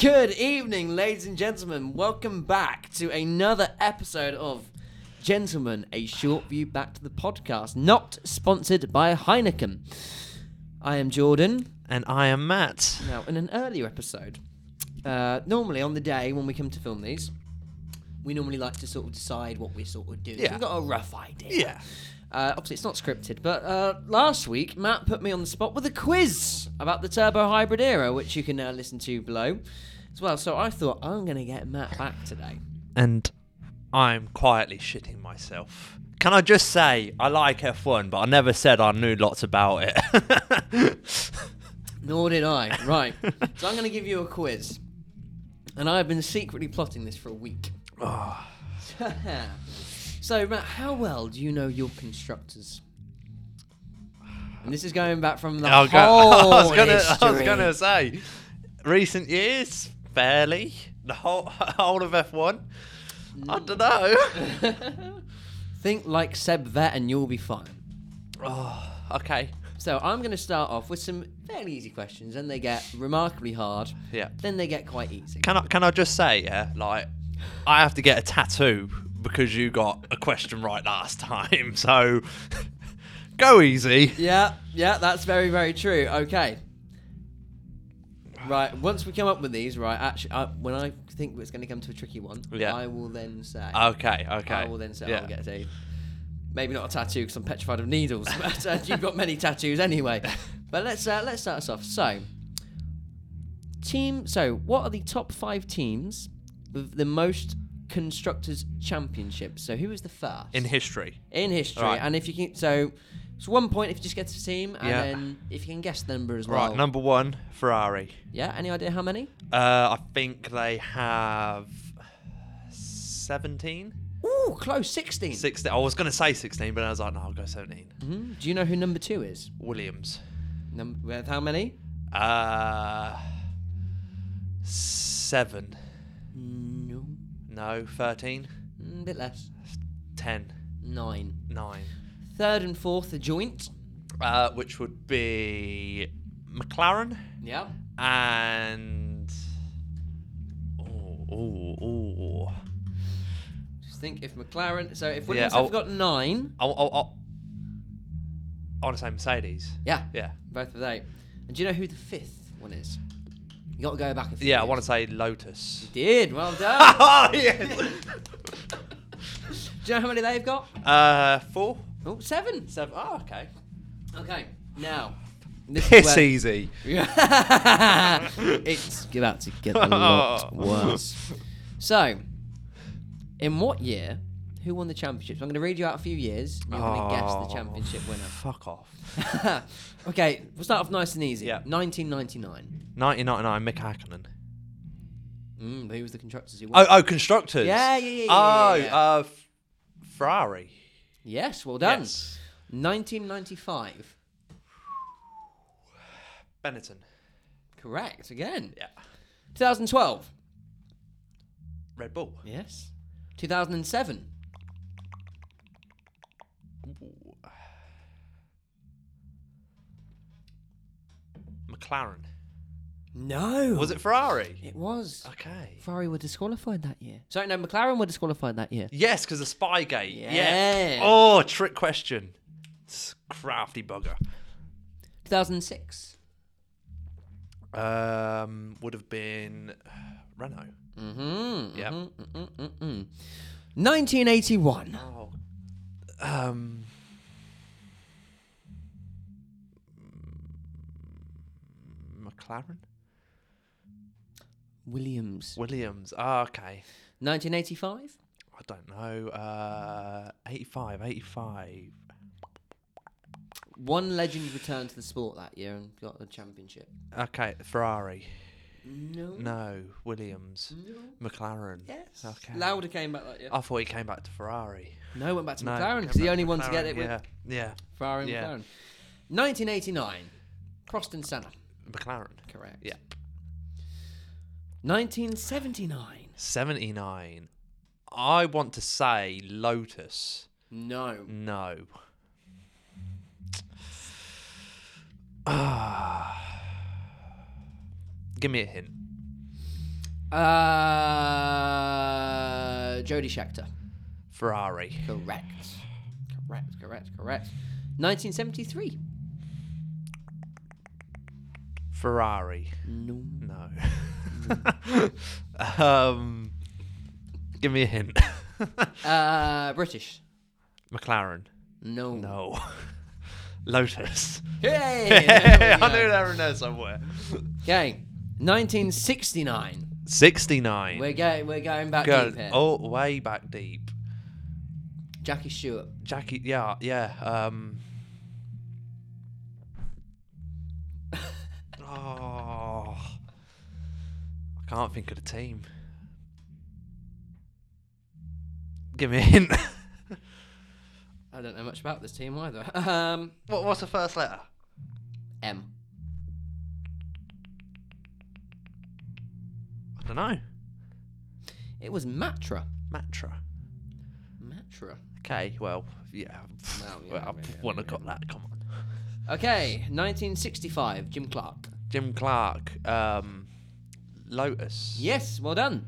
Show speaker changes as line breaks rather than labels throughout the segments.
Good evening, ladies and gentlemen. Welcome back to another episode of Gentlemen, a short view back to the podcast, not sponsored by Heineken. I am Jordan.
And I am Matt.
Now, in an earlier episode, uh, normally on the day when we come to film these, we normally like to sort of decide what we're sort of doing.
Yeah.
We've got a rough idea.
Yeah.
Uh, obviously, it's not scripted, but uh, last week Matt put me on the spot with a quiz about the Turbo Hybrid Era, which you can now listen to below as well. So I thought I'm going to get Matt back today.
And I'm quietly shitting myself. Can I just say, I like F1, but I never said I knew lots about it.
Nor did I. Right. so I'm going to give you a quiz, and I've been secretly plotting this for a week. so Matt, how well do you know your constructors? And this is going back from the
I'll go-
whole
I was gonna, I was
Oh, history.
gonna say, recent years, barely the whole whole of F1. I don't know.
Think like Seb Vet, and you'll be fine.
oh, okay.
So I'm going to start off with some fairly easy questions, and they get remarkably hard.
Yeah.
Then they get quite easy.
Can I can I just say, yeah, like I have to get a tattoo because you got a question right last time. So go easy.
yeah, yeah, that's very, very true. Okay. Right. Once we come up with these, right? Actually, I, when I think it's going to come to a tricky one,
Yeah.
I will then say.
Okay, okay.
I will then say
yeah.
I'll get a. Maybe not a tattoo because I'm petrified of needles, but uh, you've got many tattoos anyway. But let's uh, let's start us off. So, team. So, what are the top five teams with the most constructors championships? So, who is the first
in history.
in history?
Right.
And if you can, so it's one point if you just get a team, and
Yeah.
then if you can guess the number as well.
Right, number one, Ferrari.
yeah. Any idea how many?
Uh, I think they have 17?
Ooh, close. 16
16. I was going to say 16, but I was like, no, I'll go 17.
Mhm. Do you know who number two is?
Williams.
Num- with how many?
Uh, 7.
No,
Mm, No, 13.
Mm, bit less.
10.
Nine.
9.
Third and fourth are joint.
Uh, which would be McLaren
Yeah.
and. Oh, oh, oh.
Just think if McLaren. So if
Yeah,
Williams
I'll-
have got nine.
I, I, I, I want to say Mercedes.
Yeah.
Yeah.
Both of they. And do you know who the fifth one is? You got to go back a few.
Yeah, I want
years.
to say Lotus.
Did well done.
oh, yes.
do you know how many they've got?
uh, four?
Oh, seven.
Seven. Oh, okay.
Okay. Now. This is
It's
where-
easy.
it's about to get a lot worse. So, in what year? Who won the championships? I'm going to read you out a few years. and You're going to guess the
Oh,
championship winner.
Fuck off.
okay, we'll start off nice and easy.
Yeah.
1999.
1999, Mick Hakkinen.
Mm, but who was the constructors who won?
Oh, oh, constructors.
Yeah, yeah, yeah, yeah,
Oh,
yeah, yeah.
uh, F- Ferrari.
Yes, well done.
Yes.
1995.
Benetton.
Correct again.
Yeah.
2012.
Red Bull.
Yes. 2007.
McLaren.
No.
Was it Ferrari?
It was.
Okay.
Ferrari were disqualified that year. Sorry, no, McLaren were disqualified that year.
Yes, because of Spygate.
Yeah.
yeah. Oh, trick question. S- Crafty bugger.
2006.
Um, would have been Renault.
Mm-hmm.
Yeah.
Mm, mm, mm, mm. 1981.
Oh. Um. McLaren?
Williams.
Williams. Ah, okay.
1985.
I don't know. Uh, 85, 85.
One legend returned to the sport that year and got the championship.
Okay, Ferrari.
No.
No, Williams. McLaren.
Mm. Yes.
Okay.
Lauda came back that year.
I thought he came back to Ferrari.
No, went back to
Oh. No,
McLaren
came
because the
back
only one to get
McLaren,
it
Yeah,
was
yeah.
Ferrari and
Yeah.
McLaren. 1989. Prost and Senna.
McLaren.
Correct.
Yeah.
1979.
79. I want to say Lotus.
No.
No. Ah. Give me a hint.
Uh, Jody Schechter.
Ferrari.
Correct. Correct, correct, correct. 1973.
Ferrari.
No.
No. um, give me a hint.
Uh, British.
McLaren.
No.
No. Lotus.
Hey!
I
there we
knew
go.
they were in there somewhere.
Okay. 1969.
69.
We're going, we're going back
Go-
deep here.
oh, way back deep.
Jackie Stewart.
Jackie, yeah, yeah. Um. oh, I can't think of the team. Give me a hint.
I don't know much about this team either. Um,
what, what's the first letter?
M.
I don't know.
It was Matra.
Matra.
Matra.
Okay, well, yeah.
Well, yeah,
Well, I
yeah, yeah,
wouldn't have got that. Come on.
Okay, 1965, Jim Clark.
Jim Clark. Um, Lotus.
Yes, well done.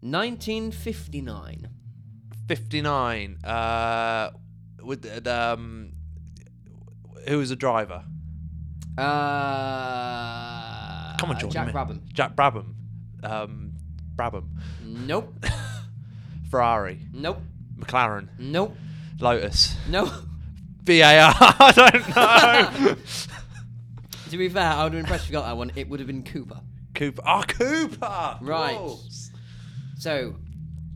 1959.
59. Uh, with the, um, who was the driver?
Uh,
Come on, Jordan.
Jack
man.
Brabham.
Jack Brabham. Um, Brabham.
Nope.
Ferrari.
Nope.
McLaren.
Nope.
Lotus.
No.
VAR. I don't know.
to be fair, I would have impressed if you got that one. It would have been Cooper.
Cooper. Oh, Cooper.
Right.
Balls.
So,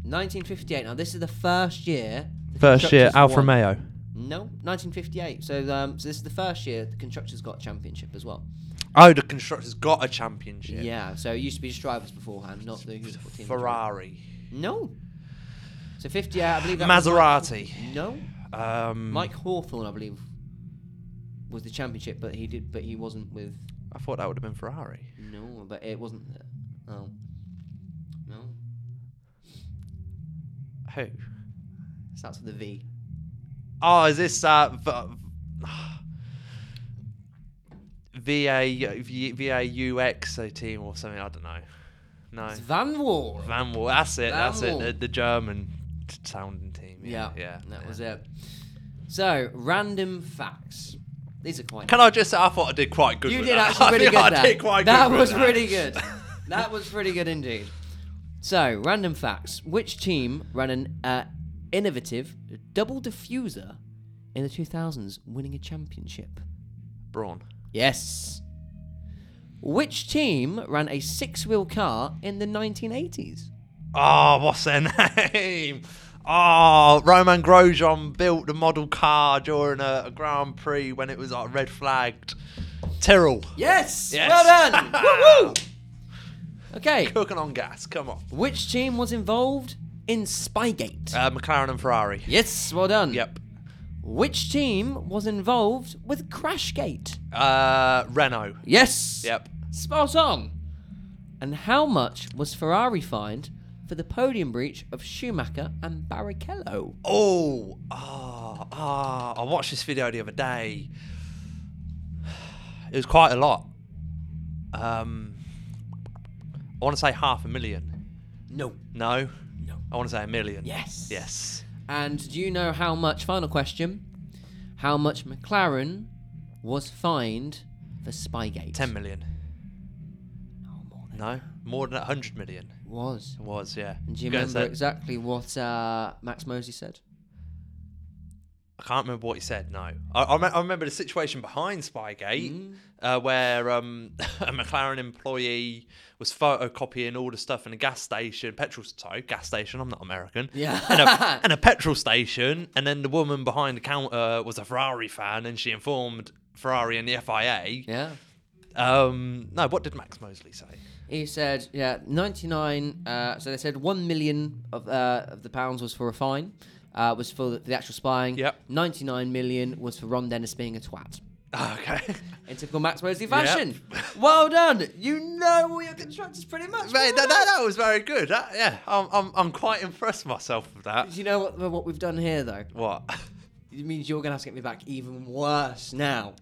1958. Now, this is the first year. the
First year,
constructors
Alfa
won-
Romeo.
No, 1958. So, um, so this is the first year the constructors got a championship as well.
Oh, the constructors got a championship.
Yeah. So it used to be just drivers beforehand, not the who's what team. was driving.
Ferrari.
No. So 58. I believe that was Mike-
Maserati.
no.
Um,
Mike Hawthorne, I believe, was the championship, but he did, but he wasn't with.
I thought that would have been Ferrari.
No, but it wasn't. Oh, no.
Who?
Starts with a V.
Oh, is this uh, v- VA, V- VAUX team or something? I don't know. No.
It's Van Wall.
Van Wall. That's it. That's
Van
it.
Wall.
The, the German t- sounding team.
Yeah,
Yeah. Yeah.
that
yeah.
was it. So, random facts. These are quite.
Can I just say, I thought I did quite good
you
with
did
that.
actually
I
pretty
think
good
I
there.
did quite
that
good with
was
that.
pretty good. that was pretty good indeed. So, random facts. Which team ran an uh, innovative double diffuser in the 2000s, winning a championship?
Brawn.
Yes. Which team ran a six wheel car in the 1980s?
Oh, what's their name? Oh, Roman Grosjean built the model car during a, a Grand Prix when it was like red flagged. Tyrrell.
Yes!
Yes.
Well done! Woo-woo! Okay.
Cooking on gas. Come on.
Which team was involved in Spygate?
Uh, McLaren and Ferrari.
yes, well done.
Yep.
Which team was involved with Crashgate?
Uh, Renault.
Yes.
Yep.
Spot on. And how much was Ferrari fined for the podium breach of Schumacher and Barrichello?
Oh, ah, ah. I watched this video the other day. It was quite a lot. Um, I want to say half a million.
No.
No,
No.
I want to say a million.
Yes.
Yes.
And do you know how much, final question, how much McLaren was fined for Spygate?
Ten million.
Oh, more than
No, more than a hundred million.
it was.
It was, yeah.
And do you
Because
remember
that-
exactly what uh, Max Mosley said?
I can't remember what he said. No, I, I, me- I remember the situation behind Spygate, uh, where um, a McLaren employee was photocopying all the stuff in a gas station, petrol sorry, gas station. I'm not American.
Yeah.
and, a, and a petrol station, and then the woman behind the counter was a Ferrari fan, and she informed Ferrari and the FIA.
Yeah.
Um, no, what did Max Mosley say?
He said, yeah, 99. Uh, so they said 1 million of, uh, of the pounds was for a fine, uh, was for the, for the actual spying.
Yep.
99 million was for Ron Dennis being a twat.
Okay,
In typical Max Mosley fashion. well done. You know all your constructors pretty much.
mate,
well
that, that, that was very good. That, yeah, I'm, I'm, I'm quite impressed myself with that.
Do you know what, what we've done here, though?
What?
It means you're going to have to get me back even worse now.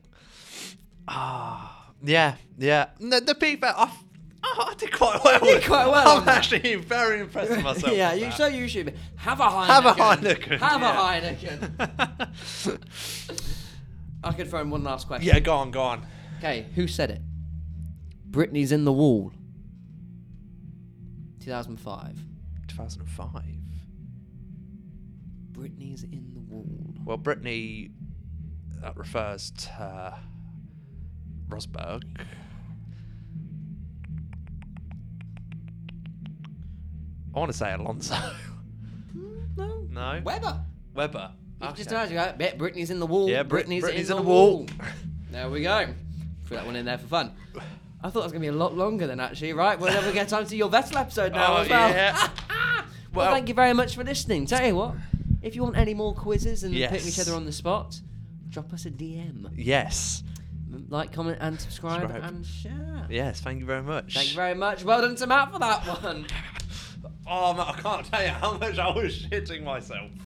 Yeah, yeah. No, the people, I, f- Oh, I did quite well.
did quite well on
I'm
that.
actually very impressed with myself.
yeah,
with
you,
that.
so you should be- have a Heineken.
Have a Heineken,
Have
yeah.
a Heineken. I could throw in one last question.
yeah, go on, go on.
Okay, who said it? Britney's in the wall. 2005.
2005.
Britney's in the wall.
Well, Brittany, that refers to uh, Rosberg. I want to say Alonso.
No.
no.
Weber.
Weber.
You've Just
Okay.
asked you, right? Bet Britney's in the wall.
Yeah, Brit-
Britney's,
Britney's
in, the wall. There we go. Threw that one in there for fun. I thought it was going to be a lot longer than actually, right? We'll never get time to your Vettel episode now
Oh,
as well.
yeah.
well,
Well-
thank you very much for listening. Tell you what, if you want any more quizzes and putting each
Yes.
other on the spot, drop us a DM.
yes.
Like, comment, and subscribe,
Subscribe.
and share.
Yes, thank you very much.
Thank you very much. Well done to Matt for that one.
Oh, man, I can't tell you how much I was shitting myself.